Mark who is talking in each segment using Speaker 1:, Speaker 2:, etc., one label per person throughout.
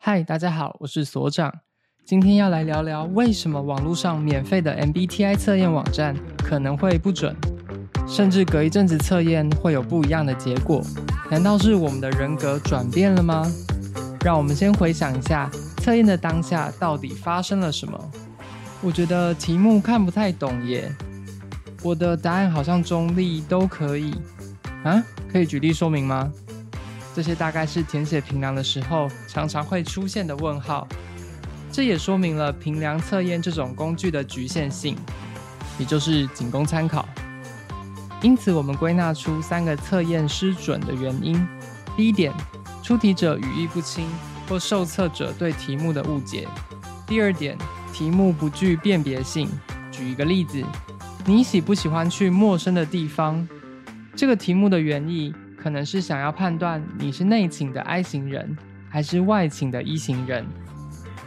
Speaker 1: 嗨，大家好，我是所长。今天要来聊聊为什么网络上免费的 MBTI 测验网站可能会不准，甚至隔一阵子测验会有不一样的结果。难道是我们的人格转变了吗？让我们先回想一下测验的当下到底发生了什么。我觉得题目看不太懂耶，我的答案好像中立都可以啊，可以举例说明吗？这些大概是填写评量的时候常常会出现的问号。这也说明了评量测验这种工具的局限性，也就是仅供参考。因此，我们归纳出三个测验失准的原因：第一点，出题者语义不清或受测者对题目的误解；第二点，题目不具辨别性。举一个例子，你喜不喜欢去陌生的地方？这个题目的原意可能是想要判断你是内倾的 I 型人还是外倾的 E 型人，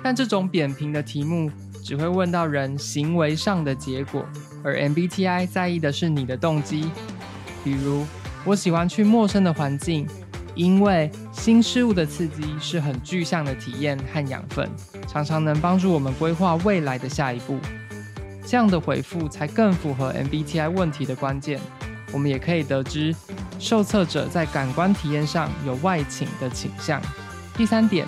Speaker 1: 但这种扁平的题目只会问到人行为上的结果，而 MBTI 在意的是你的动机。比如，我喜欢去陌生的环境，因为新事物的刺激是很具象的体验和养分，常常能帮助我们规划未来的下一步。这样的回复才更符合 MBTI 问题的关键。我们也可以得知，受测者在感官体验上有外倾的倾向。第三点，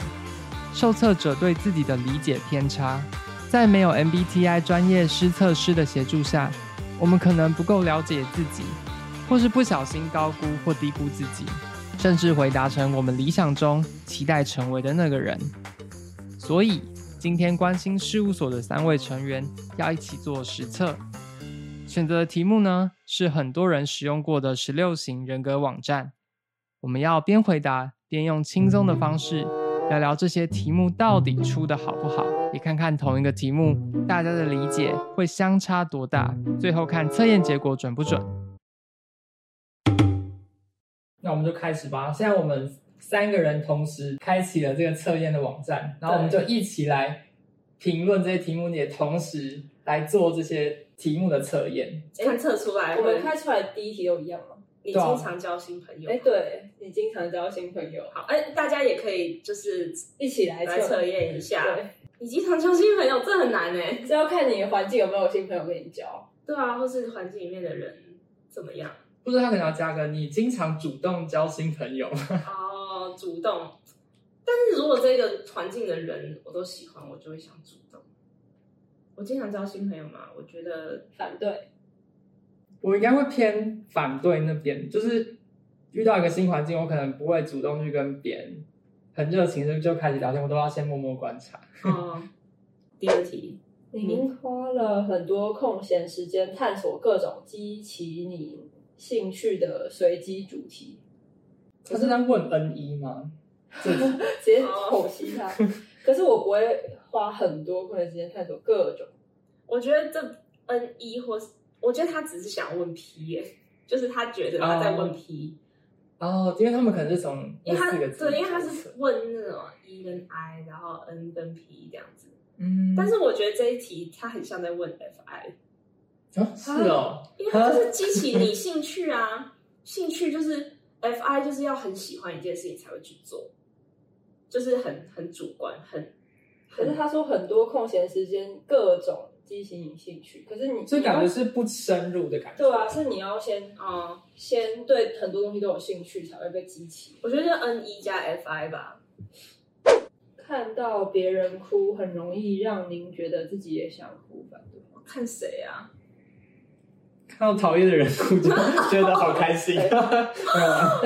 Speaker 1: 受测者对自己的理解偏差，在没有 MBTI 专业师测师的协助下，我们可能不够了解自己，或是不小心高估或低估自己，甚至回答成我们理想中期待成为的那个人。所以，今天关心事务所的三位成员要一起做实测。选择的题目呢是很多人使用过的十六型人格网站。我们要边回答边用轻松的方式聊聊这些题目到底出的好不好，也看看同一个题目大家的理解会相差多大，最后看测验结果准不准。那我们就开始吧。现在我们三个人同时开启了这个测验的网站，然后我们就一起来评论这些题目，也同时来做这些题目的测验。
Speaker 2: 看测出来
Speaker 3: 我
Speaker 2: 会
Speaker 3: 们开出来的第一题都一样吗？
Speaker 2: 你
Speaker 1: 对
Speaker 2: 经
Speaker 1: 啊
Speaker 2: 常交新朋友。
Speaker 3: 哎、对你经常交新朋友，
Speaker 2: 好，哎，大家也可以就是
Speaker 3: 一起来
Speaker 2: 来测验一下。
Speaker 3: 对，
Speaker 2: 你经常交新朋友，这很难哎。
Speaker 3: 这要看你的环境有没有新朋友跟你交。
Speaker 2: 对啊，或是环境里面的人怎么样？
Speaker 1: 不知道他可能要加个你经常主动交新朋友，
Speaker 2: 哦，主动。但是如果这个环境的人我都喜欢，我就会想主动。我经常交新朋友嘛，我觉得
Speaker 3: 反对，
Speaker 1: 我应该会偏反对那边，就是遇到一个新环境，我可能不会主动去跟别人很热情的就开始聊天，我都要先默默观察。
Speaker 2: 哦。 第二题，
Speaker 3: 您花了很多空闲时间探索各种激起你兴趣的随机主 题，
Speaker 1: 他是在问 N 一吗？
Speaker 3: 直接剖析它。 可是我不会花很多空闲时间探索各种，
Speaker 2: 我觉得这 N 一或是我觉得他只是想问 P 耶、就是他觉得他在问 P。
Speaker 1: 哦，因为他们可能是从
Speaker 2: 因为他
Speaker 1: 那四个字
Speaker 2: 对，因为他
Speaker 1: 开始
Speaker 2: 是问那种 E 跟 I，然后 N 跟 P 这样子。
Speaker 1: 嗯，
Speaker 2: 但是我觉得这一题他很像在问 FI，
Speaker 1: 啊是哦，
Speaker 2: 因为它就是激起你兴趣啊，兴趣就是 FI 就是要很喜欢一件事情才会去做，就是很很主观，很
Speaker 3: 可是
Speaker 2: 很
Speaker 3: 他说很多空闲时间各种激起你兴趣，可是你
Speaker 1: 所以感
Speaker 3: 你
Speaker 1: 觉
Speaker 3: 要
Speaker 1: 是不深入的感觉。
Speaker 3: 对啊，是你要先呃
Speaker 2: 哦、
Speaker 3: 先对很多东西都有兴趣，才会被激起。
Speaker 2: 我觉得 N 一加 FI 吧，
Speaker 3: 看到别人哭，很容易让您觉得自己也想哭，反对吗？
Speaker 2: 看谁啊？
Speaker 1: 看到讨厌的人哭，就 觉得好开心。没有啊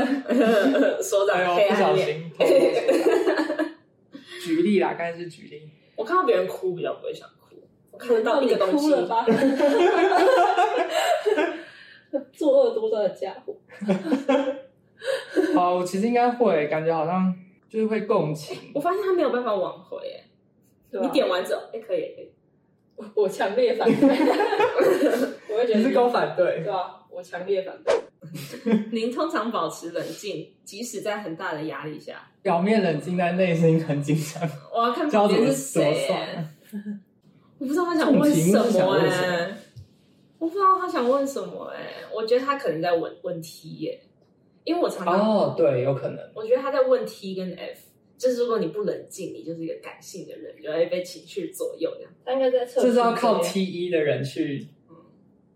Speaker 2: 所
Speaker 1: 哎
Speaker 2: 长黑
Speaker 1: 呦，不
Speaker 2: 暗
Speaker 1: 小
Speaker 2: 面，
Speaker 1: 心透露出来。 举例啦，刚才是举例。
Speaker 2: 我看到别人哭比较不会想哭，我看得到一
Speaker 3: 你
Speaker 2: 个东
Speaker 3: 哭
Speaker 2: 西，
Speaker 3: 了吧？ 作恶多端的家伙，
Speaker 1: 哦，我其实应该会，感觉好像就是会共情。
Speaker 2: 我发现他没有办法挽回、哎
Speaker 3: 对啊
Speaker 2: 你
Speaker 3: 吧？
Speaker 2: 点完之后，哎、可以，可以。
Speaker 3: 我我强烈反 对，我会觉得
Speaker 1: 你是跟我反对
Speaker 3: 对啊，我强烈反对。
Speaker 2: 您通常保持冷静，即使在很大的压力下。
Speaker 1: 表面冷静，但内心很紧张。
Speaker 2: 我要看
Speaker 1: 知道
Speaker 2: 旁
Speaker 1: 怎么
Speaker 2: 边是
Speaker 1: 怎么
Speaker 2: 谁、
Speaker 1: 算？
Speaker 2: 我不知道他想问
Speaker 1: 这种题
Speaker 2: 什
Speaker 1: 目是想
Speaker 2: 么
Speaker 1: 问
Speaker 2: 哎、
Speaker 1: 什
Speaker 2: 我不知道他想问什么哎、我觉得他可能在问问 T 耶、因为我常常、
Speaker 1: 哦，对，有可能。
Speaker 2: 我觉得他在问 T 跟 F，就是如果你不冷静，你就是一个感性的人，你就会被情绪左右这样。
Speaker 3: 他应该在测
Speaker 1: 这
Speaker 3: 试这
Speaker 1: 是要
Speaker 3: 些
Speaker 1: 靠 T 一的人去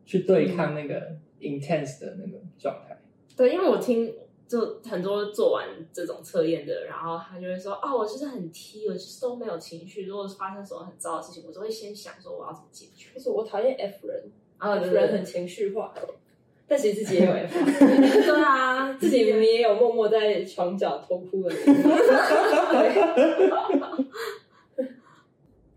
Speaker 1: 去对抗那个 intense 的那个状态。
Speaker 2: 对，因为我听就很多做完这种测验的，然后他就会说：“哦，我就是很 T，我就是都没有情绪。如果发生什么很糟的事情，我都会先想说我要怎么解决。
Speaker 3: 就是我讨厌 F 人”
Speaker 2: 然后我就
Speaker 3: ，F
Speaker 2: 是
Speaker 3: 人很情绪化，但其实自己也有 F，
Speaker 2: 对 啊，
Speaker 3: 自己明明也有默默在床角偷哭的那种。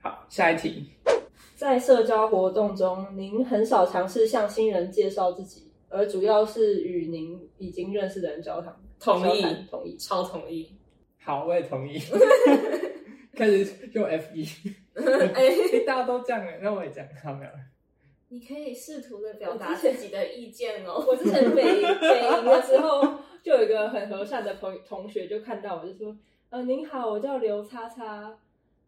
Speaker 1: 好，下一题，
Speaker 3: 在社交活动中，您很少尝试向新人介绍自己，而主要是与您已经认识的人交谈。
Speaker 2: 同意
Speaker 3: 交谈同意。
Speaker 2: 超同意。
Speaker 1: 好，我也同 意。开始用 F 一，
Speaker 2: 哎、
Speaker 1: 大家都这样了，那我也这样，好没有了？
Speaker 2: 你可以试图的表
Speaker 3: 我
Speaker 2: 达
Speaker 3: 之前
Speaker 2: 自己的意见哦。
Speaker 3: 我之前北北营的时候，就有一个很和善的朋同学就看到我，就说：“呃，您好，我叫刘叉叉。”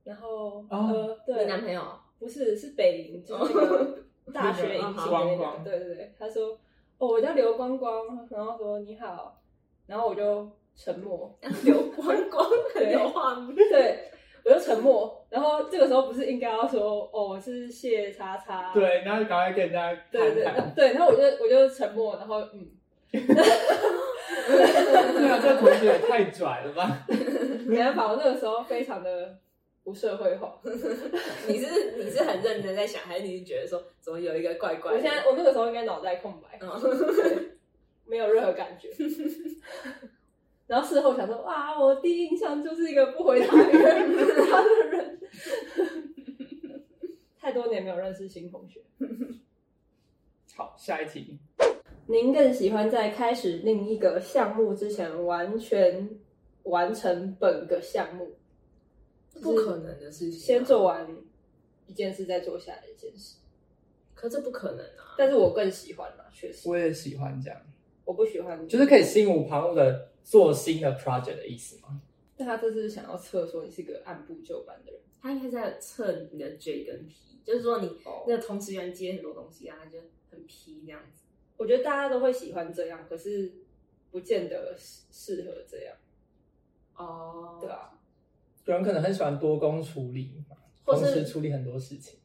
Speaker 3: 然后、
Speaker 1: 哦
Speaker 3: 呃，对，
Speaker 2: 你男朋友
Speaker 3: 不是是北营，就是那个大学迎新的
Speaker 2: 那个
Speaker 1: 光
Speaker 3: 那
Speaker 1: 光
Speaker 3: 个。对对对，他说：“哦，我叫刘光光。”然后说：“你好。”然后我就沉默。
Speaker 2: 流光光很有画面，
Speaker 3: 对，我就沉默。然后这个时候不是应该要说哦，我是谢叉叉，
Speaker 1: 对，然后就赶快跟人家
Speaker 3: 对对
Speaker 1: 谈谈。
Speaker 3: 对，然后我就我就沉默，然后嗯，
Speaker 1: 对啊，这同学也太拽了吧！
Speaker 3: 没办法，我那个时候非常的不社会 化。
Speaker 2: 你是你是很认真在想，还是你是觉得说怎么有一个怪怪
Speaker 3: 我
Speaker 2: 的？
Speaker 3: 现在我那个时候应该脑袋空白，
Speaker 2: 嗯，
Speaker 3: 对 没有任何 感觉。然后事后想说，哇，我第一印象就是一个不回答别人他的人。太多年没有认识新同学。
Speaker 1: 好，下一题。
Speaker 3: 您更喜欢在开始另一个项目之前完全完成本个项目，
Speaker 2: 不可能的事情、啊
Speaker 3: 先，做完一件事再做下一件事。
Speaker 2: 可这不可能啊！
Speaker 3: 但是我更喜欢啦，确实，
Speaker 1: 我也喜欢这样，
Speaker 3: 我不喜欢，
Speaker 1: 就是可以心无旁骛的做新的 project 的意思吗？
Speaker 3: 但他这次是想要测说你是个按部就班的人。
Speaker 2: 他应该在测你的 J 跟 P，就是说你
Speaker 3: 哦
Speaker 2: 那个同时员接很多东西啊，他就很 P 那样子。
Speaker 3: 我觉得大家都会喜欢这样，可是不见得适适合这样，
Speaker 2: 哦
Speaker 3: 对，啊，
Speaker 1: 有人可能很喜欢多工处理嘛，
Speaker 2: 或
Speaker 1: 同时
Speaker 2: 是
Speaker 1: 处理很多事情。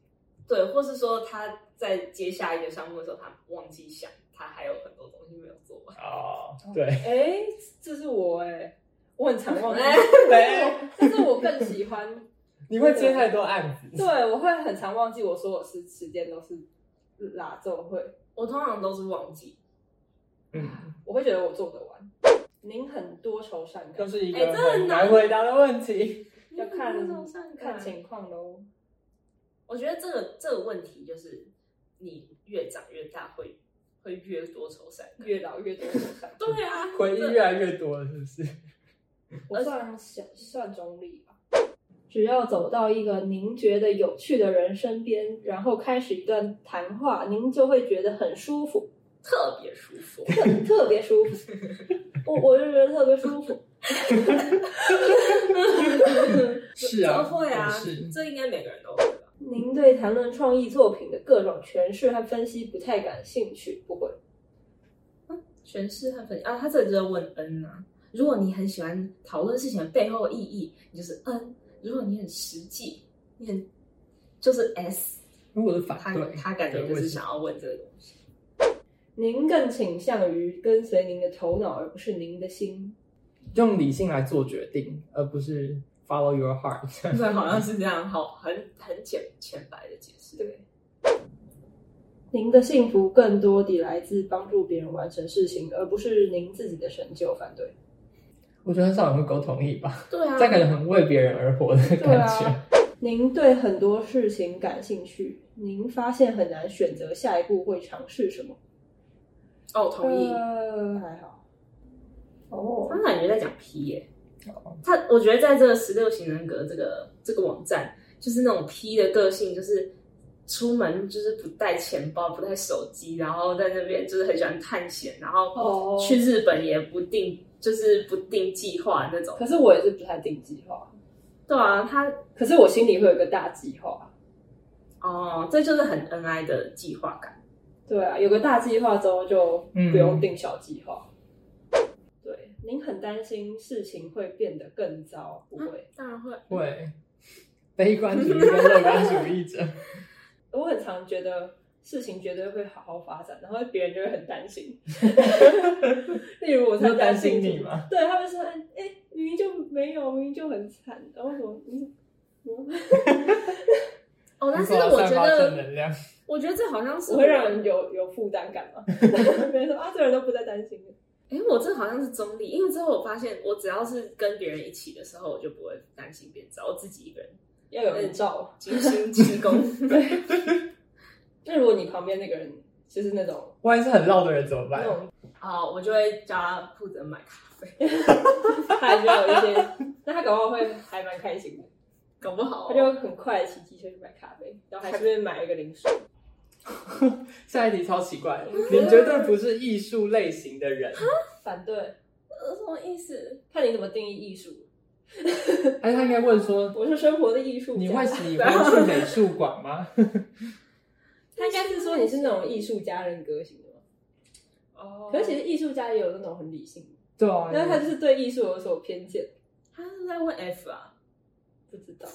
Speaker 2: 对，或是说他在接下一个项目的时候，他忘记想，他还有很多东西没有做完。
Speaker 1: 哦，对，
Speaker 3: 哎、这是我哎、我很常忘记，
Speaker 2: 哎
Speaker 1: 对，
Speaker 3: 但是我更喜欢
Speaker 1: 你会接太多案子
Speaker 3: 对，，我会很常忘记我所有时时间都是拉奏会，
Speaker 2: 我通常都是忘记，
Speaker 1: 嗯，
Speaker 3: 我会觉得我做得完。您很多愁善
Speaker 1: 又
Speaker 3: 感，
Speaker 1: 是一
Speaker 2: 哎
Speaker 1: 个
Speaker 2: 这
Speaker 1: 很
Speaker 2: 很难
Speaker 1: 难回答的问题。
Speaker 3: 要看
Speaker 2: 那种善
Speaker 3: 看
Speaker 2: 感。
Speaker 3: 情况喽。
Speaker 2: 我觉得这个这个问题就是，你越长越大会会越多愁善感。
Speaker 3: 越老越多愁善感，
Speaker 2: 对啊，
Speaker 1: 回忆
Speaker 2: 这
Speaker 1: 越来越多了，是不是？
Speaker 3: 我算小算中立吧。只要走到一个您觉得有趣的人身边，然后开始一段谈话，您就会觉得很舒服，
Speaker 2: 特别舒服。
Speaker 3: 特特别舒服。我我就觉得特别舒服。
Speaker 1: 是啊，
Speaker 2: 都会啊
Speaker 1: 我是，
Speaker 2: 这应该每个人都会吧？
Speaker 3: 您对谈论创意作品的各种诠释和分析不太感兴趣，不会。
Speaker 2: 诠释和分析啊，他这里就在问 N 啊。如果你很喜欢讨论事情的背后意义，你就是 N；如果你很实际，你很就是 S
Speaker 1: 如果是反
Speaker 2: 他。他
Speaker 1: 对，
Speaker 2: 感觉
Speaker 1: 对
Speaker 2: 就
Speaker 1: 我
Speaker 2: 是
Speaker 1: 也
Speaker 2: 想要问这个东西。
Speaker 3: 您更倾向于跟随您的头脑，而不是您的心。
Speaker 1: 用理性来做决定，而不是 follow your heart。
Speaker 2: 对， 好像是这样，好，很很简浅白的解释。
Speaker 3: 对，您的幸福更多地来自帮助别人完成事情，而不是您自己的成就。反对，
Speaker 1: 我觉得很少人会沟同意吧，
Speaker 2: 对啊，
Speaker 1: 这样感觉很为别人而活的感觉。
Speaker 3: 对啊您对很多事情感兴趣，您发现很难选择下一步会尝试什么。
Speaker 2: 哦，同意。
Speaker 3: 呃，还好。哦
Speaker 2: 他感觉在讲 P 耶、他我觉得在这个十六型人格这个这个网站，就是那种 P 的个性，就是出门就是不带钱包、不带手机，然后在那边就是很喜欢探险，然后
Speaker 3: 哦，
Speaker 2: 去日本也不定就是不定计划那种。
Speaker 3: 可是我也是不太定计划，
Speaker 2: 对啊，他
Speaker 3: 可是我心里会有一个大计划。
Speaker 2: 哦，这就是很恩爱的计划感。
Speaker 3: 对啊，有个大计划之后就不用定小计划。对，您很担心事情会变得更糟，不会？
Speaker 2: 当然会，
Speaker 1: 会悲观主义跟乐观主义 者，
Speaker 3: 我很常觉得事情绝对会好好发展，然后别人就会很 担心。例如我才
Speaker 1: 你说担心
Speaker 3: 什
Speaker 1: 你
Speaker 3: 么
Speaker 1: 吗？
Speaker 3: 对他们说，哎、哎、明明就没有，明明就很惨，然后我嗯，我
Speaker 2: 哦，但是
Speaker 1: 你说
Speaker 2: 我
Speaker 1: 散
Speaker 2: 觉
Speaker 1: 发正
Speaker 2: 得，
Speaker 1: 能量，
Speaker 2: 我觉得这好像是
Speaker 3: 我会让人有 有负担感嘛。别人说啊，这个人都不再担心了。
Speaker 2: 哎，我这好像是中立，因为之后我发现，我只要是跟别人一起的时候，我就不会担心别人找我自己一个人
Speaker 3: 要有人照。
Speaker 2: 精心济公。
Speaker 3: 那如果你旁边那个人就是那种
Speaker 1: 万一是很绕的人怎么办
Speaker 3: 那？种，
Speaker 2: 哦，我就会叫他负责买咖啡，
Speaker 3: 他还是要有一些， 那他搞不好会还蛮开心的，
Speaker 2: 搞不
Speaker 1: 哦
Speaker 2: 好
Speaker 3: 他就很快骑机车去买咖啡，然后还顺便买一个零食。
Speaker 1: 下一题超奇 怪，
Speaker 2: 嗯
Speaker 1: 你绝对不是艺术类型的人，
Speaker 3: 反对，
Speaker 2: 呃什么意思？
Speaker 3: 看你怎么定义艺术。
Speaker 1: 而且他应该问说，
Speaker 3: 我是生活的艺术家，
Speaker 1: 你会喜 欢去美术馆吗？
Speaker 3: 他应该是说你是那种艺术家人格型的嘛？
Speaker 2: 哦
Speaker 3: 可是其实艺术家也有那种很理性的，
Speaker 1: 对啊，
Speaker 3: 但是他就是对艺术有所偏见，
Speaker 2: 他是在问 F 啊，
Speaker 3: 不知道。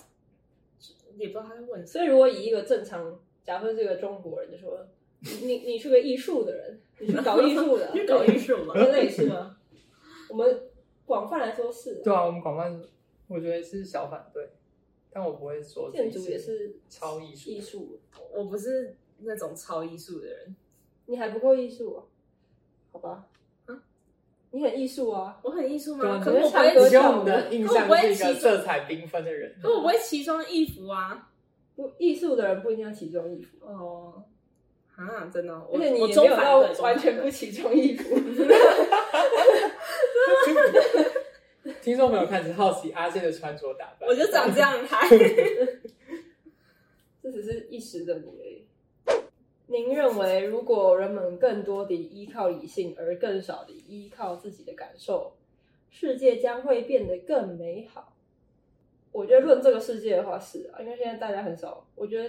Speaker 2: 也不知道他在问谁。
Speaker 3: 所以如果以一个正常，假设是个中国人，就说你 你你是个艺术的人， 你是搞艺术 的，
Speaker 2: 你是搞艺术吗？
Speaker 3: 人类是吗？我们广泛来说是啊，
Speaker 1: 对啊，我们广泛，我觉得是小反对，但我不会说自己
Speaker 3: 建筑也是
Speaker 1: 超艺术
Speaker 3: 艺术，
Speaker 2: 我不是那种超艺术的人，
Speaker 3: 你还不够艺术啊？好吧，
Speaker 2: 嗯
Speaker 3: 你很艺术啊，
Speaker 2: 我很艺术
Speaker 1: 对
Speaker 2: 吗？
Speaker 1: 啊
Speaker 2: 可我不
Speaker 3: 你
Speaker 1: 你
Speaker 3: 是
Speaker 2: 会
Speaker 1: 给
Speaker 3: 唱，
Speaker 1: 我们的印象是一个色彩缤纷的人，
Speaker 2: 可我不会奇装异服啊。
Speaker 3: 不艺术的人不一定要奇装异服，
Speaker 2: 哦，啊，真的哦，我
Speaker 3: 而且你
Speaker 2: 我
Speaker 3: 也
Speaker 2: 中
Speaker 3: 没有
Speaker 2: 反
Speaker 3: 到
Speaker 2: 对，中
Speaker 3: 完
Speaker 2: 反
Speaker 3: 全
Speaker 2: 对
Speaker 3: 不奇装异服。
Speaker 1: 听众朋友开始好奇阿健的穿着打扮，
Speaker 2: 我就长这样 还。
Speaker 3: 这只是一时的你而已。您认为，如果人们更多地依靠理性，而更少地依靠自己的感受，世界将会变得更美好？我觉得论这个世界的话是啊，因为现在大家很少，我觉得，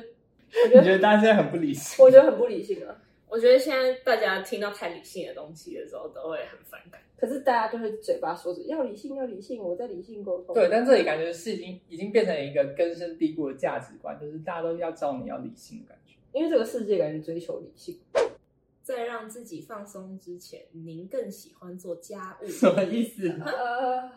Speaker 3: 我觉
Speaker 1: 你觉得
Speaker 3: 得，
Speaker 1: 大家现在很不理性？
Speaker 3: 我觉得很不理性啊。
Speaker 2: 我觉得现在大家听到太理性的东西的时候，都会很反感。
Speaker 3: 可是大家就是嘴巴说着要理性，要理性，我在理性沟通。
Speaker 1: 对，但这里感觉是已经已经变成一个根深蒂固的价值观，就是大家都要教你要理性的感觉。
Speaker 3: 因为这个世界感觉追求理性，
Speaker 2: 在让自己放松之前，您更喜欢做家 务？
Speaker 1: 什么意？思？
Speaker 3: 呃，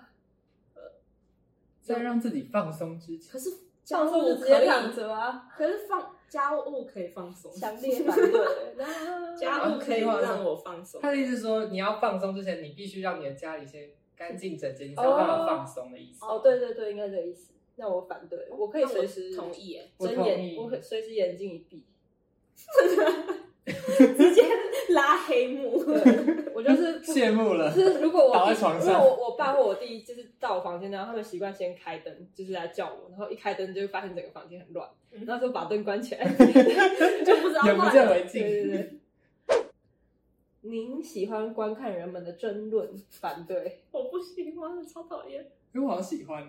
Speaker 1: 在让自己放松之前
Speaker 2: 可，是家
Speaker 3: 放松
Speaker 2: 务
Speaker 3: 就直
Speaker 2: 可
Speaker 3: 接
Speaker 2: 以，
Speaker 3: 躺着啊，
Speaker 2: 可是放家务可以放松，
Speaker 3: 强烈 反对。啊
Speaker 2: 家务
Speaker 1: 哦
Speaker 2: 可以让我放松。
Speaker 1: 他的意思是说，你要放松之前，你必须让你的家里先干净整洁，你才有办法放松的意思。
Speaker 3: 哦，对对对，应该这个意思。那我反对，我可以随时
Speaker 2: 同意 耶，
Speaker 1: 我
Speaker 3: 睁
Speaker 1: 同
Speaker 3: 眼，
Speaker 1: 意
Speaker 3: 我可以随时眼睛一 闭。
Speaker 2: 直接拉黑幕。
Speaker 3: 对我就是不
Speaker 1: 羡慕了
Speaker 3: 就，是如果我
Speaker 1: 倒在床上
Speaker 3: 如果我我爸或我弟就是到我房间，然后他们习惯先开灯，就是来叫我，然后一开灯就会发现整个房间很乱，
Speaker 2: 嗯
Speaker 3: 然后就把灯关起来。
Speaker 2: 就不知道
Speaker 1: 眼不
Speaker 2: 乱
Speaker 1: 见
Speaker 2: 了
Speaker 1: 为净。
Speaker 3: 对对对。您喜欢观看人们的争论？反对。
Speaker 2: 我不喜欢，超讨厌。
Speaker 1: 因为我好喜欢，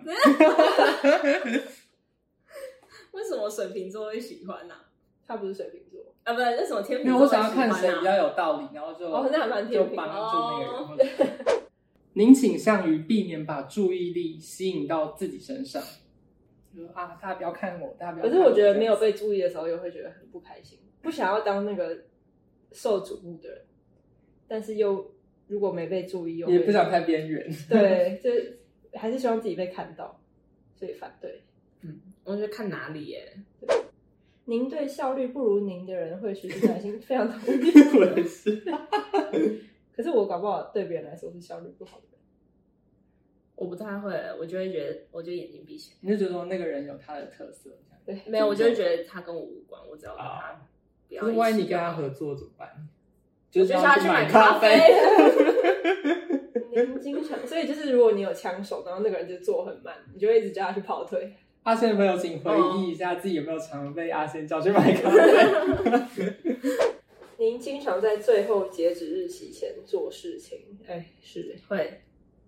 Speaker 2: 为什么水瓶座会喜欢呢、啊？啊
Speaker 3: 他不是水瓶座，
Speaker 2: 不是，为什么天
Speaker 1: 因为
Speaker 2: 秤
Speaker 1: 我
Speaker 2: 座会喜
Speaker 1: 想
Speaker 2: 欢、
Speaker 1: 要
Speaker 2: 啊？
Speaker 1: 看谁比较有道理，然后就
Speaker 3: 哦那还蛮
Speaker 1: 就
Speaker 3: 天平的
Speaker 1: 帮助那个人或者。您倾向于避免把注意力吸引到自己身上，就说啊，大家不要看我，大家不要
Speaker 3: 可
Speaker 1: 看。
Speaker 3: 是我觉得没有被注意的时候，又会觉得很不开心，不想要当那个受瞩目的人，但是又如果没被注意，又 会
Speaker 1: 也不想看边缘。
Speaker 3: 对，就还是希望自己被看到，所以反对。
Speaker 2: 嗯我觉得看哪里耶、
Speaker 3: 您对效率不如您的人会学习耐心，非常同意。
Speaker 1: 我 也是，
Speaker 3: 可是我搞不好对别人来说是效率不好的人，
Speaker 2: 我不太会，我就会觉得，我就眼睛闭起
Speaker 1: 你就觉得说那个人有他的特色，这样
Speaker 3: 对，
Speaker 2: 来。没有，我就会觉得他跟我无关，我只要跟他不要
Speaker 1: 可
Speaker 2: 一
Speaker 1: 是
Speaker 2: 起。
Speaker 1: 万一你跟他合作怎么办？就
Speaker 2: 我
Speaker 1: 是
Speaker 2: 就是要
Speaker 1: 去
Speaker 2: 去
Speaker 1: 买
Speaker 2: 买
Speaker 1: 咖
Speaker 2: 咖啡。
Speaker 3: 您经常，所以就是如果你有枪手，然后那个人就做很慢，你就会一直叫他去跑腿。
Speaker 1: 阿仙的朋友，请回忆一下自己有没有常被阿仙叫去买咖啡？
Speaker 3: 您经常在最后截止日期前做事情，哎，是哎。
Speaker 2: 会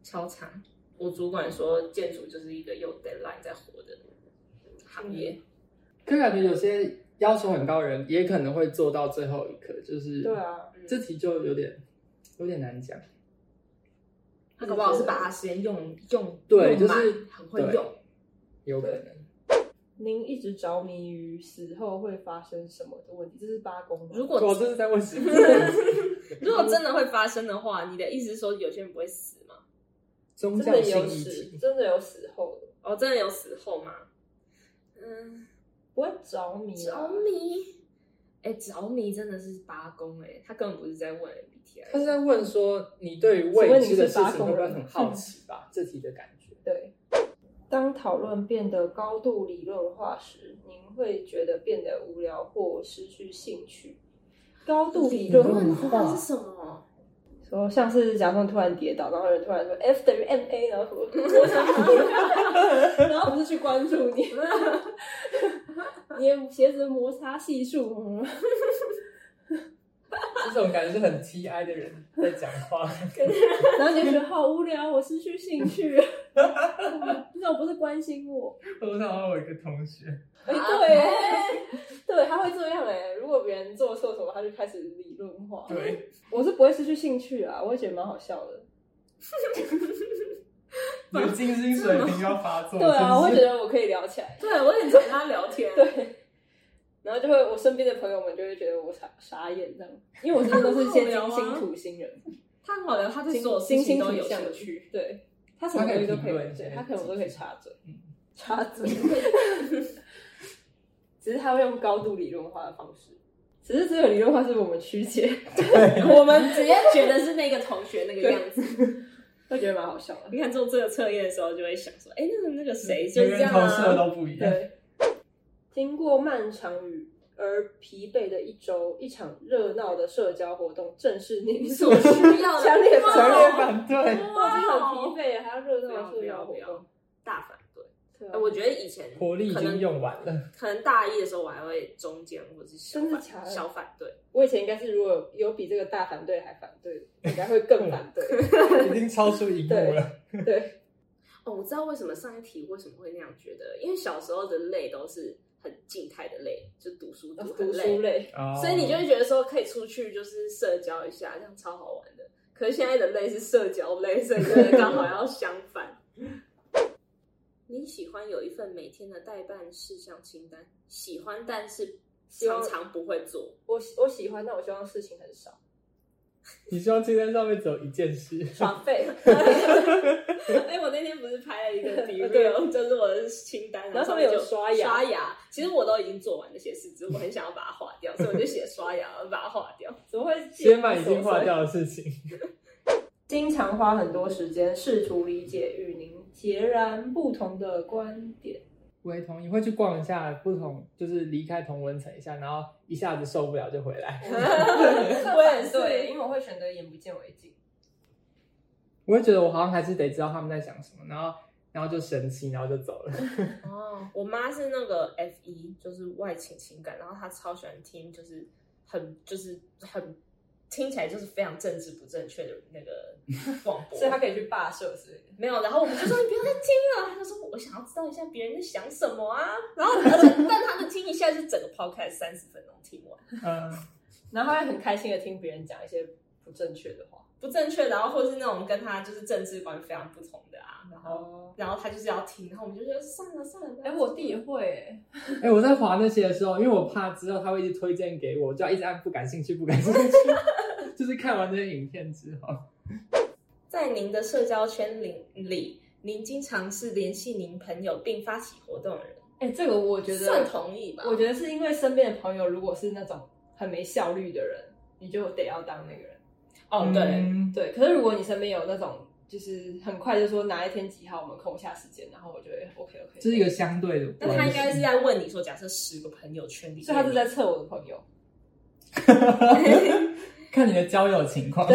Speaker 2: 超长。我主管说，建筑就是一个有 deadline 在活的行业。
Speaker 1: 嗯可感觉有些要求很高的人，也可能会做到最
Speaker 3: 嗯
Speaker 1: 后一刻，就是
Speaker 3: 对啊，
Speaker 1: 这题就有点有点难讲。
Speaker 2: 他搞不好是把他时间用用
Speaker 1: 对
Speaker 2: 用满
Speaker 1: 就是
Speaker 2: 很会
Speaker 1: 对
Speaker 2: 用。
Speaker 1: 有可能。
Speaker 3: 您一直着迷于死后会发生什么的问题，这是八宫吗。
Speaker 2: 如果
Speaker 1: 我这啊是在问谁？
Speaker 2: 如果真的会发生的话，你的意思是说有些人不会死吗？
Speaker 1: 宗
Speaker 3: 真
Speaker 1: 教
Speaker 3: 的
Speaker 1: 性
Speaker 3: 有
Speaker 1: 议
Speaker 3: 死，
Speaker 1: 题，
Speaker 3: 真的有死后的，
Speaker 2: 哦，真的有死后吗？嗯，
Speaker 3: 不会着迷、
Speaker 2: 着
Speaker 3: 啊。
Speaker 2: 迷，哎、着迷真的是八公哎、他根本不是在问 MBTI，
Speaker 1: 他是在问说你对于未知的事情会不会很好奇吧？这题的感觉。
Speaker 3: 对，当讨论变得高度理论化时，您会觉得变得无聊或失去兴趣。高度理
Speaker 1: 理
Speaker 3: 论
Speaker 1: 论化
Speaker 2: 是什么？
Speaker 3: 说像是假装突然跌倒，然后有人突然说 F 等于 M A，然后什么，我想说然后不是去关注你，你的鞋子的摩擦系数，嗯
Speaker 1: 这种感觉是很 TI 的人在讲话，
Speaker 3: 然后你就觉得好无聊，我失去兴趣， 你怎么不是关心我？
Speaker 1: 我想到我一个同学，
Speaker 3: 哎、对耶，对，他会这样哎。如果别人做错什么，他就开始理论化。，
Speaker 1: 对，
Speaker 3: 我是不会失去兴趣啊，我也觉得蛮好笑的。
Speaker 1: 你的金星水平要发作，
Speaker 3: 哦对啊，我会
Speaker 1: 哦真
Speaker 3: 觉
Speaker 1: 是
Speaker 3: 得我可以聊起来。
Speaker 2: 对，我很常跟他聊天。
Speaker 3: 对，然后就会我身边的朋友们就会觉得我傻傻眼这样，因为我身 边都是一些
Speaker 2: 啊
Speaker 3: 金星土星人，
Speaker 2: 他很好聊，他对
Speaker 3: 金
Speaker 2: 所有事
Speaker 3: 金
Speaker 2: 情
Speaker 3: 星
Speaker 2: 都
Speaker 3: 土
Speaker 2: 有
Speaker 3: 象
Speaker 2: 兴
Speaker 3: 的
Speaker 2: 趣。
Speaker 3: 区，对他什么东西都可以对，他可能都可以插嘴， 插嘴，只是他会用高度理论化的方式。只是这个理论化是我们曲解，
Speaker 2: 我们直接觉得是那个同学那个样子。
Speaker 3: 会觉得蛮好笑的。
Speaker 2: 你看做这个测验的时候，就会想说，哎，那个那个谁就
Speaker 1: 每
Speaker 2: 是
Speaker 1: 个
Speaker 2: 这
Speaker 1: 嗯人
Speaker 2: 样
Speaker 1: 投射
Speaker 2: 啊。
Speaker 1: 都不一样。
Speaker 3: 对，经过漫长与而疲惫的一周，一场热闹的社交活动正是您所需
Speaker 2: 要的
Speaker 3: 强烈反
Speaker 1: 强
Speaker 3: 对
Speaker 1: 烈反对，
Speaker 3: 我已经
Speaker 2: 哇
Speaker 3: 很
Speaker 2: 哦
Speaker 3: 疲惫了，还要热
Speaker 2: 不要
Speaker 3: 闹
Speaker 2: 不
Speaker 3: 社
Speaker 2: 要
Speaker 3: 交
Speaker 2: 不
Speaker 3: 活
Speaker 2: 要
Speaker 3: 动。，
Speaker 2: 大反对。
Speaker 3: 对啊
Speaker 2: 哎，我觉得以前
Speaker 1: 活力已
Speaker 2: 可
Speaker 1: 经
Speaker 2: 能
Speaker 1: 用完了，
Speaker 2: 可能大一的时候我还会中间或者是小
Speaker 3: 真的假
Speaker 2: 反
Speaker 3: 的
Speaker 2: 小反对，
Speaker 3: 我以前应该是如果有比这个大反对还反对的，应该会更反对。
Speaker 1: 已经超出荧幕了。
Speaker 3: 对，
Speaker 2: 哦，我知道为什么上一题为什么会那样觉得，因为小时候的累都是很静态的累，就读书读 很
Speaker 3: 读书类，
Speaker 1: 哦
Speaker 2: 所以你就会觉得说可以出去就是社交一下，这样超好玩的。可是现在的累是社交累，所以就是 刚好要相反。你喜欢有一份每天的代办事项清单，喜欢但是常常不会做，
Speaker 3: 我喜我喜欢，但我希望事情很少，
Speaker 1: 你希望清单上面只有一件 事，
Speaker 3: 耍 废。
Speaker 2: 哎、我那天不是拍了一个 b
Speaker 3: 对
Speaker 2: r 就是我的清单，
Speaker 3: 然后上
Speaker 2: 上
Speaker 3: 面有
Speaker 2: 就
Speaker 3: 刷牙
Speaker 2: 刷牙。其实我都已经做完那些事，只是我很想要把它划掉，所以我就写刷牙，我就把它划掉。
Speaker 3: 怎么会？
Speaker 1: 先把已经划。掉的事情。
Speaker 3: 经常花很多时间试图理解与您截然不同的观点。
Speaker 1: 我也同意，会去逛一下不同，就是离开同文层一下，然后一下子受不了就回来。
Speaker 3: 我
Speaker 2: 也是
Speaker 3: 对，因为我会选择眼不见为净。
Speaker 1: 我会觉得我好像还是得知道他们在想什么，然后然后就生气，然后就走了。
Speaker 2: 哦，我妈是那个 F 一，就是外倾情感，然后她超喜欢听，就是很就是很听起来就是非常政治不正确的那个 广播
Speaker 3: 所以。他可以去罢社之类的。
Speaker 2: 没有，然后我们就说你不要再听了，她就说我想要知道一下别人在想什么啊。然后而且但她的听一下是整个 podcast 三十分钟听完，
Speaker 1: 嗯，
Speaker 3: 然后他会很开心的听别人讲一些不正确的话。
Speaker 2: 不正确，然后或是那种跟她就是政治观非常不同的啊，然后。
Speaker 3: 哦，
Speaker 2: 然后她就是要听，然后我们就觉得算了算了。
Speaker 3: 哎，我弟也会哎。
Speaker 1: 哎、我在划那些的时候，因为我怕之后他会一直推荐给我，我就要一直按不感兴趣，不感兴趣。 就是看完这些影片之后，
Speaker 2: 在您的社交圈里里，您经常是联系您朋友并发起活动的人，
Speaker 3: 哎，这个我觉得
Speaker 2: 算同意吧？
Speaker 3: 我觉得是因为身边的朋友如果是那种很没效率的人，你就得要当那个人。
Speaker 2: 哦，对，
Speaker 1: 嗯
Speaker 3: 对，可是如果你身边有那种就是很快就说哪一天几号我们空下时间，然后我就会 OK OK，
Speaker 1: 这是一个相对的关系。
Speaker 2: 那他应该是 在问你说，假设十个朋友圈里面，
Speaker 3: 所以他是在测我的朋友，
Speaker 1: 看你的交友情况。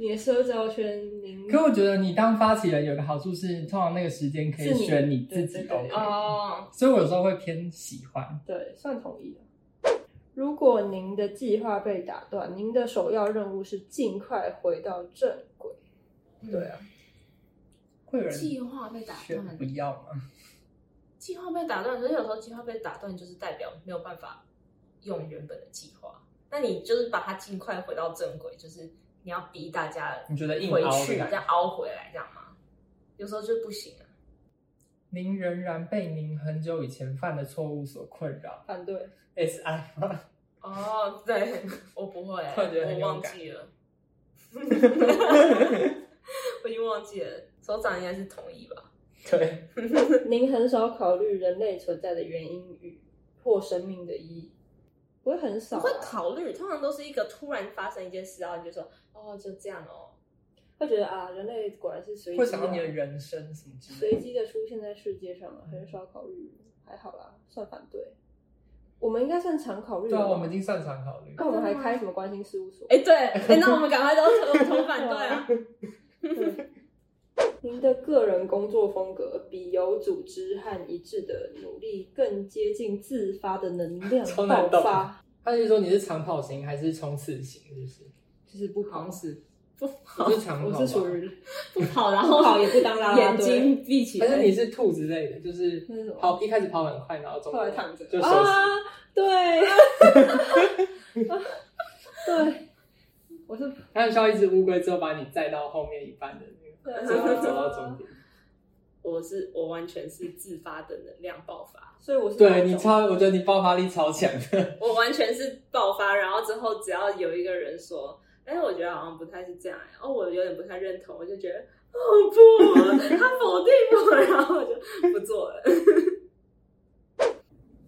Speaker 3: 你的社交圈，您
Speaker 1: 可我觉得你当发起人有个好处是，通常那个时间可以
Speaker 3: 是你
Speaker 1: 选你自己
Speaker 3: 对对对
Speaker 1: OK，
Speaker 2: 哦，
Speaker 1: 所以我有时候会偏喜欢。
Speaker 3: 对算同意的。如果您的计划被打断，您的首要任务是尽快回到正轨。
Speaker 1: 嗯
Speaker 3: 对啊，
Speaker 1: 会有人
Speaker 2: 计划被打
Speaker 1: 选
Speaker 2: 断
Speaker 1: 不，要吗？
Speaker 2: 计划被打断，可是有时候计划被打断就是代表没有办法用原本的计划，那你就是把它尽快回到正轨，就是。你要逼大家
Speaker 1: 你觉得硬
Speaker 2: 回
Speaker 1: 凹的
Speaker 2: 去，这
Speaker 1: 感觉
Speaker 2: 样凹回来，这样吗？有时候就不行啊。
Speaker 4: 您仍然被您很久以前犯的错误所困扰。
Speaker 3: 反对，
Speaker 1: S I 吗？
Speaker 2: 哦，对，我不会、
Speaker 1: 突然觉得很
Speaker 2: 我
Speaker 1: 勇
Speaker 2: 忘
Speaker 1: 敢
Speaker 2: 记 了，我已经忘记了，首长应该是同意吧？
Speaker 1: 对，
Speaker 3: 您很少考虑人类存在的原因与或生命的意义，不会很少、
Speaker 2: 不
Speaker 3: 啊，
Speaker 2: 会考虑，通常都是一个突然发生一件事，然后你就说，哦，就这样哦。
Speaker 3: 会觉得啊，人类果然是随机、啊，
Speaker 1: 会想到你的人生什么之类
Speaker 3: 随
Speaker 1: 的。
Speaker 3: 机啊的出现在世界上了，很少考虑，还好啦，算反对。我们应该算常考虑的
Speaker 1: 对
Speaker 3: 吧，
Speaker 1: 啊，我们已经擅长考虑。
Speaker 3: 那我们还开什么关心事务所？
Speaker 2: 哎，对，哎，那我们赶快都投投反对啊！
Speaker 3: 对 您的个人工作风格比有组织和一致的努力更接近自发的能量
Speaker 1: 超
Speaker 3: 爆
Speaker 1: 难懂
Speaker 3: 发，
Speaker 1: 他就是说你是长跑型还是冲刺型，是不是？
Speaker 3: 就是不
Speaker 1: 好
Speaker 3: 跑
Speaker 1: 像。是，
Speaker 2: 不
Speaker 1: 我是长跑
Speaker 3: 哦我
Speaker 1: 吧，
Speaker 3: 是属于
Speaker 2: 不跑，然
Speaker 3: 不
Speaker 2: 后
Speaker 3: 跑也不当啦啦队
Speaker 2: 眼睛闭起来。
Speaker 1: 还是你是兔之类的，就是
Speaker 3: 那是什么
Speaker 1: 跑一开始跑很快，然后中
Speaker 3: 后来躺着
Speaker 1: 就休息。
Speaker 3: 啊， 对， 对，我是
Speaker 1: 他很需要一只乌龟之后把你载到后面一半的那个，
Speaker 3: 对啊
Speaker 1: 最后走到终 点。
Speaker 2: 我是我完全是自发的能量爆发，
Speaker 3: 所以我是那
Speaker 1: 对
Speaker 3: 种
Speaker 1: 你超，我觉得你爆发力超强的。
Speaker 2: 我完全是爆发，然后之后只要有一个人说，哎，我觉得好像不太是这样，哦，我有点不太认同，我就觉得哦不，他否定我，然后我就不做了。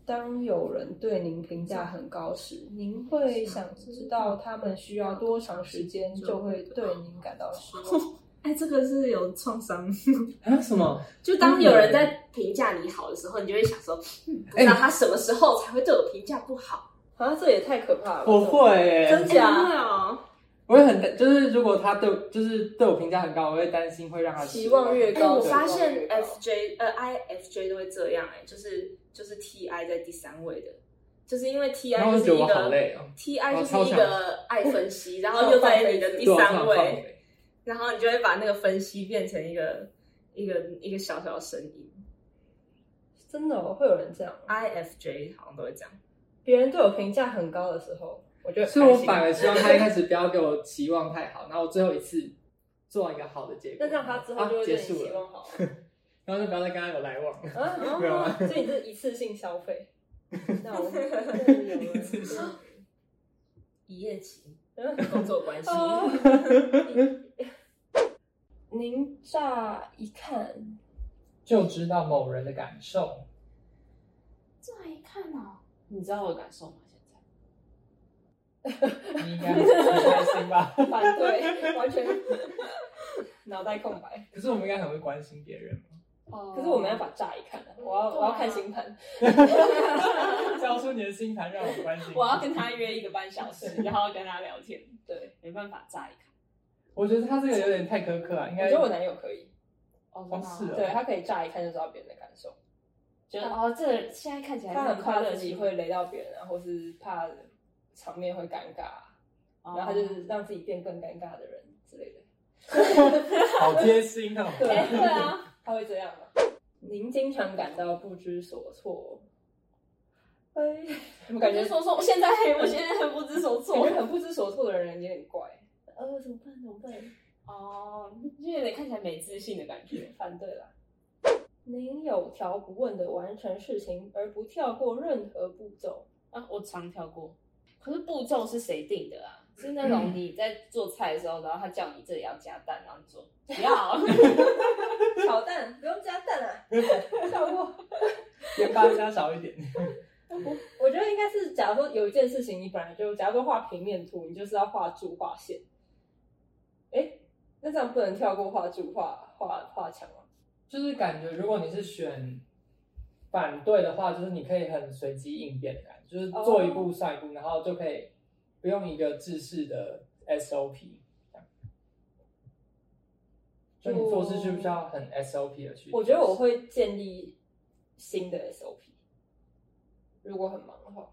Speaker 3: 当有人对您评价很高时，您会想知道他们需要多长时间就会对您感到失望。
Speaker 2: 哎，这个是有创伤，
Speaker 1: 啊什么？
Speaker 2: 就当有人在评价你好的时候，你就会想说，嗯不知道他什么时候才会对我评价不好，
Speaker 3: 啊，这也太可怕了！
Speaker 1: 我会、欸，
Speaker 3: 真假
Speaker 2: 哎真的哦。
Speaker 1: 我会很担，就是如果他对我，就是对我评价很高，我会担心会让他
Speaker 3: 期望越
Speaker 2: 哎、
Speaker 3: 高
Speaker 2: 我
Speaker 3: 对
Speaker 2: 发
Speaker 3: 高
Speaker 2: 现
Speaker 3: 对高
Speaker 2: FJ 呃 IFJ 都会这样哎、就是就是 TI 在第三位的，就是因为
Speaker 1: 然后我
Speaker 2: TI 就
Speaker 1: 就是觉得我
Speaker 2: 一
Speaker 1: 好
Speaker 2: 个
Speaker 1: 累哦，
Speaker 2: TI
Speaker 1: 我
Speaker 2: 就
Speaker 1: 超
Speaker 2: 是一
Speaker 1: 想
Speaker 2: 个爱分析，然
Speaker 5: 哦
Speaker 2: 后又在你的第
Speaker 1: 对我
Speaker 2: 三
Speaker 1: 想放
Speaker 2: 位，
Speaker 1: 飞
Speaker 2: 然后你就会把那个分析变成一个一个一个小小的声音。
Speaker 3: 真的、哦、会有人这样。
Speaker 2: IFJ 好像都会这样，
Speaker 3: 别人对我评价很高的时候，我就
Speaker 1: 所以我反而希望他一开始不要给我期望太好，然后我最后一次做到一个好的结果。
Speaker 3: 那这样他之后就
Speaker 1: 啊
Speaker 3: 会
Speaker 1: 结
Speaker 3: 对你
Speaker 1: 束
Speaker 3: 期
Speaker 1: 了，
Speaker 3: 望好 啊。
Speaker 1: 然后就不要再跟他有来往了。
Speaker 3: 啊
Speaker 1: 没有
Speaker 3: 啊
Speaker 1: 啊！
Speaker 3: 所以你是一次性消 费。那我真的有
Speaker 1: 一次性
Speaker 3: 人
Speaker 2: 一夜情
Speaker 3: 嗯
Speaker 2: 工作关 系，
Speaker 5: 哦
Speaker 3: 哦您乍一看
Speaker 4: 就知道某人的感受，
Speaker 5: 乍一看哦，你知道我的感受吗？现在
Speaker 4: 你应 该很开心吧？
Speaker 3: 反对，完全 脑袋空白。
Speaker 4: 可是我们应该很会关心别人，
Speaker 5: 哦
Speaker 3: 可是我们要把乍一看啊，我要、
Speaker 5: 对啊
Speaker 3: 我要看星盘，
Speaker 4: 交出你的星盘让我关心。
Speaker 5: 我要跟他约一个半小时，然后跟他聊天，
Speaker 3: 对，
Speaker 5: 没办法乍一看。
Speaker 4: 我觉得他这个有点太苛刻啊，应
Speaker 3: 我
Speaker 4: 该
Speaker 3: 觉得我男友可以，
Speaker 5: 哦
Speaker 4: 真的啊是啊
Speaker 3: 对他可以乍一看就知道别人的感受，
Speaker 5: 觉得哦，这个现在看起来
Speaker 3: 他很怕
Speaker 5: 快
Speaker 3: 自
Speaker 5: 乐，
Speaker 3: 己会雷到别人啊，或是怕场面会尴尬啊，
Speaker 5: 哦，
Speaker 3: 然后他就是让自己变更尴尬的人之类的，
Speaker 4: 好贴心哦。
Speaker 3: 对
Speaker 5: 哎对啊，
Speaker 3: 他会这样吗？您经常感到不知所措，哎，我
Speaker 5: 感
Speaker 3: 感
Speaker 5: 觉
Speaker 3: 觉
Speaker 5: 说说，我现在我现在很不知所
Speaker 3: 我
Speaker 5: 措
Speaker 3: 觉。得很不知所措的人也很怪，呃，怎么办？怎么办？
Speaker 5: 哦，就有点看起来没自信的感觉。
Speaker 3: 反对啦。您有条不紊的完成事情，而不跳过任何步骤。
Speaker 5: 啊，我常跳过。可是步骤是谁定的啊？是那种你在做菜的时候，然后他叫你这里要加蛋，然后 你说不要。
Speaker 3: 炒蛋不用加蛋啊， 跳过。
Speaker 1: 盐巴加少一点，
Speaker 3: 我觉得应该是，假如说有一件事情，你本来就，假如说画平面图，你就是要画柱画线。哎，那这样不能跳过画柱画画画墙吗？
Speaker 1: 就是感觉如果你是选反对的话，就是你可以很随机应变的感觉，就是做一步算一步，然后就可以不用一个制式的 SOP。就你做事需不需要很 SOP 的去？
Speaker 3: 我觉得我会建立新的 SOP，如果很忙的话。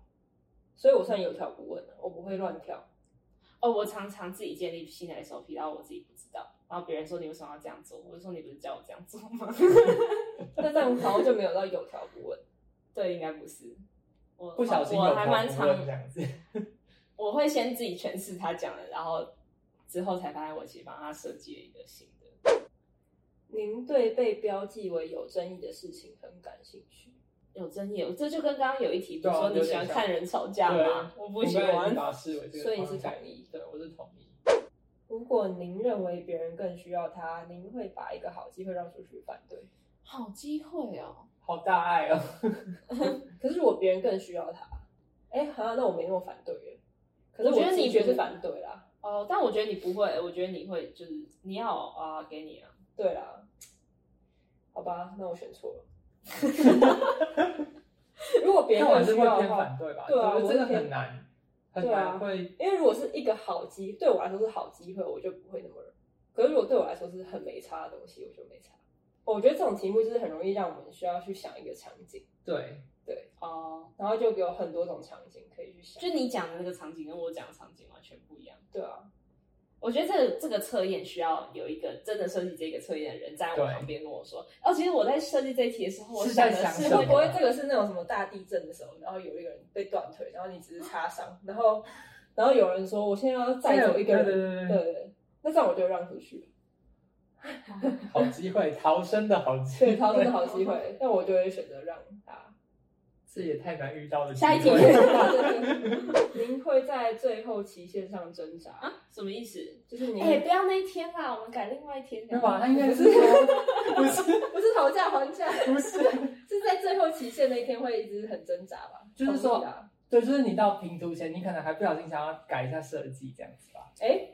Speaker 3: 所以我算有条不紊的，我不会乱跳。
Speaker 5: 哦，我常常自己建立新的 SOP，然后我自己不知道，然后别人说你为什么要这样做，我就说你不是叫我这样做 吗？
Speaker 3: 那这样好像就没有到有条不紊。
Speaker 5: 对，应该不是。我
Speaker 1: 不小心
Speaker 5: 我
Speaker 1: 有
Speaker 5: 还
Speaker 1: 条
Speaker 5: 蛮
Speaker 1: 不
Speaker 5: 常
Speaker 1: 紊这样子。
Speaker 5: 我会先自己诠释他讲的，然后
Speaker 2: 之后才发现我其实帮他设计了一个新的。
Speaker 3: 您对被标记为有争议的事情很感兴趣。
Speaker 2: 有争议，这就跟刚刚有一题，比
Speaker 6: 对
Speaker 2: 如
Speaker 6: 啊
Speaker 2: 说你
Speaker 6: 有点
Speaker 2: 喜欢
Speaker 6: 像
Speaker 2: 看人吵架吗？
Speaker 6: 对
Speaker 2: 我不喜欢。
Speaker 6: 把它视为这个，
Speaker 3: 所以你是同意？
Speaker 6: 对，我是同意。
Speaker 3: 如果您认为别人更需要他，您会把一个好机会让出去反对。
Speaker 2: 好机会哦，
Speaker 6: 好大爱哦！
Speaker 3: 可是如果别人更需要他，哎、好、那我没那么反对耶。可是
Speaker 2: 我觉得
Speaker 3: 自己
Speaker 2: 你
Speaker 3: 觉
Speaker 2: 不
Speaker 3: 得反对啦，
Speaker 2: 哦，但我觉得你不会，我觉得你会，就是你要啊、给你啊，
Speaker 3: 对啦，好吧，那我选错了。如果别人
Speaker 6: 但我还
Speaker 3: 更
Speaker 6: 是
Speaker 3: 需
Speaker 6: 会
Speaker 3: 要的
Speaker 6: 偏
Speaker 3: 话
Speaker 6: 反，对吧？
Speaker 3: 对啊
Speaker 6: 我觉得真的
Speaker 3: 我是偏
Speaker 6: 很难，很
Speaker 3: 对啊
Speaker 6: 难会。
Speaker 3: 因为如果是一个好机，对我来说是好机会，我就不会那么。可是如果对我来说是很没差的东西，我就没差。哦我觉得这种题目就是很容易让我们需要去想一个场景，
Speaker 6: 对，
Speaker 2: 哦，
Speaker 3: 然后就有很多种场景可以去想。
Speaker 2: 就你讲的那个场景跟我讲的场景完全不一样。
Speaker 3: 对啊，
Speaker 2: 我觉得这个这个测验需要有一个真的设计这个测验的人在我
Speaker 6: 对
Speaker 2: 旁边跟我说。哦，其实我在设计这一题的时候，我
Speaker 6: 是在
Speaker 2: 的
Speaker 6: 想
Speaker 2: 是
Speaker 3: 是
Speaker 6: 什么
Speaker 3: 会不会这个是那种什么大地震的时候，然后有一个人被断腿，然后你只是擦伤，然后然后有人说我现在要载走一个人，
Speaker 6: 对对对
Speaker 3: 对对，那这样我就让出去了，
Speaker 6: 好机会，逃生的好机
Speaker 3: 对，
Speaker 6: 会，
Speaker 3: 他真的好机会， 那我就会选择让他。
Speaker 6: 这也太难遇到的机
Speaker 2: 下
Speaker 6: 会。
Speaker 2: 一题
Speaker 3: 您会在最后期限上挣扎，
Speaker 2: 啊，什么意思？
Speaker 3: 就是您、
Speaker 2: 哎、不要那一天啦，我们改另外一天。
Speaker 6: 没
Speaker 1: 啊
Speaker 6: 有吧？他应该是说，不是，
Speaker 3: 不是讨价还价，
Speaker 6: 不是，
Speaker 3: 是在最后期限那一天会一直很挣扎吧？
Speaker 6: 就是说
Speaker 3: 同意啊啦
Speaker 6: 对，就是你到平图前，你可能还不小心想要改一下设计这样子吧。
Speaker 3: 哎，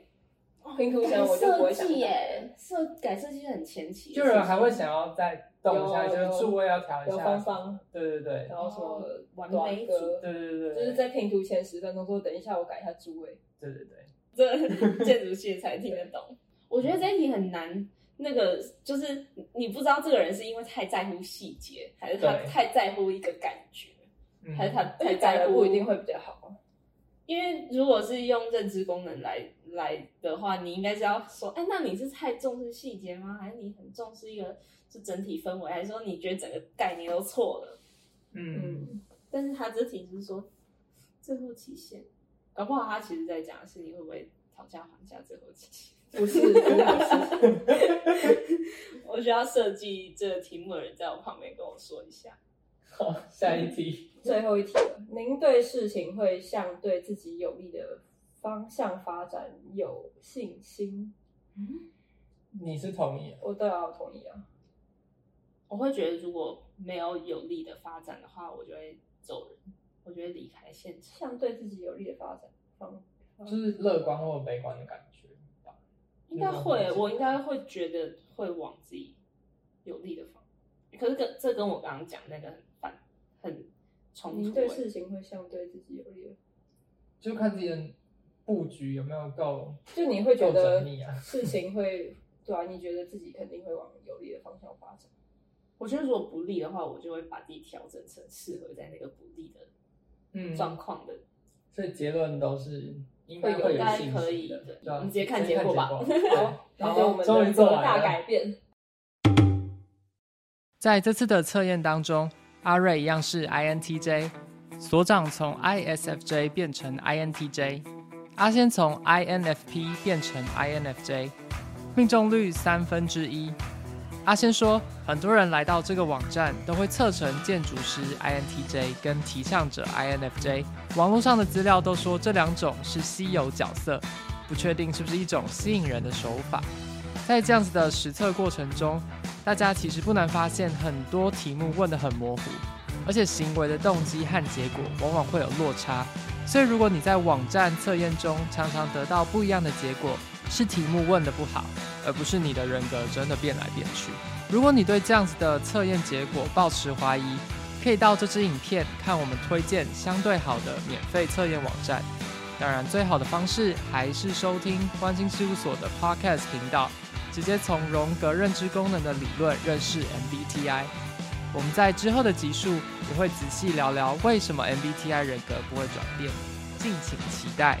Speaker 3: 拼图前
Speaker 2: 改
Speaker 3: 我就不会
Speaker 2: 哦设
Speaker 3: 想
Speaker 2: 计
Speaker 3: 到
Speaker 2: 耶，设改设计是很前期的事情，
Speaker 6: 就有人还会想要再动一下，
Speaker 3: 有
Speaker 6: 就是助位要啊调一
Speaker 3: 有
Speaker 6: 下。
Speaker 3: 方方，
Speaker 6: 对对对，
Speaker 3: 然后什么
Speaker 2: 完
Speaker 3: 短
Speaker 2: 美
Speaker 3: 歌
Speaker 2: 组
Speaker 6: 对对对，
Speaker 3: 就是在拼图前十分钟说等一下我改一下主位，
Speaker 6: 对对对，
Speaker 2: 这建筑系才听得懂。我觉得这一题很难，那个就是你不知道这个人是因为太在乎细节，还是他
Speaker 6: 对
Speaker 2: 太在乎一个感觉，
Speaker 6: 嗯
Speaker 2: 还是他
Speaker 3: 而
Speaker 2: 太
Speaker 3: 且改
Speaker 2: 在
Speaker 3: 了
Speaker 2: 乎
Speaker 3: 不一定会比较好。
Speaker 2: 因为如果是用认知功能来来的话，你应该是要说，哎，那你是太重视细节吗？还是你很重视一个就整体氛围？还是说你觉得整个概念都错了？
Speaker 6: 嗯，
Speaker 3: 嗯，
Speaker 2: 但是他这题就是说最后期限，搞不好他其实在讲的是你会不会讨价还价最后期限。
Speaker 3: 不是，真的不是。
Speaker 2: 我需要设计这个题目的人在我旁边跟我说一下。
Speaker 6: 好，下一题。
Speaker 3: 最后一题了，您对事情会向对自己有利的方向发展有信心？嗯
Speaker 6: 你是同意的？
Speaker 3: 我对啊，我同意啊。
Speaker 2: 我会觉得如果没有有利的发展的话，我就会走人，我就会离开现场。
Speaker 3: 向对自己有利的发展方，
Speaker 6: 就是乐观或悲观的感觉吧。
Speaker 2: 应该
Speaker 6: 那
Speaker 2: 会，
Speaker 6: 种
Speaker 2: 我应该会觉得会往自己有利的方向。可是跟这跟我刚刚讲那个很反很冲
Speaker 3: 您
Speaker 2: 突、
Speaker 3: 对
Speaker 2: 欸。
Speaker 3: 事情会向对自己有利的，
Speaker 6: 就看自己的布局有没有够
Speaker 3: 就你会觉
Speaker 6: 够
Speaker 3: 得
Speaker 6: 缜密啊
Speaker 3: 事情会，对啊，你觉得自己肯定会往有利的方向发展。
Speaker 2: 我觉得如果不利的话，我就会把自己调整成适合在那个不利的
Speaker 6: 嗯
Speaker 2: 状况的。
Speaker 6: 所以结论都是应该
Speaker 3: 会
Speaker 6: 会
Speaker 3: 有
Speaker 6: 有
Speaker 2: 大家
Speaker 6: 信
Speaker 2: 可
Speaker 6: 心
Speaker 2: 以
Speaker 6: 的
Speaker 2: 对。
Speaker 6: 对啊
Speaker 2: 我们直接看结果吧
Speaker 6: 直接看结果
Speaker 3: 然
Speaker 6: 好，
Speaker 3: 后我们
Speaker 6: 终于
Speaker 3: 的
Speaker 6: 做完
Speaker 3: 大
Speaker 6: 了。
Speaker 3: 改变，
Speaker 1: 在这次的测验当中，阿瑞一样是 INTJ，所长从 ISFJ 变成 INTJ，阿仙从 INFP 变成 INFJ，命中率三分之一。阿仙说，很多人来到这个网站都会测成建筑师 INTJ 跟提倡者 INFJ，网络上的资料都说这两种是稀有角色，不确定是不是一种吸引人的手法。在这样子的实测过程中，大家其实不难发现，很多题目问得很模糊，而且行为的动机和结果往往会有落差。所以，如果你在网站测验中常常得到不一样的结果，是题目问得不好，而不是你的人格真的变来变去。如果你对这样子的测验结果抱持怀疑，可以到这支影片看我们推荐相对好的免费测验网站。当然，最好的方式还是收听关心事务所的 Podcast 频道。直接从荣格认知功能的理论认识 MBTI。我们在之后的集数也会仔细聊聊为什么 MBTI 人格不会转变，敬请期待。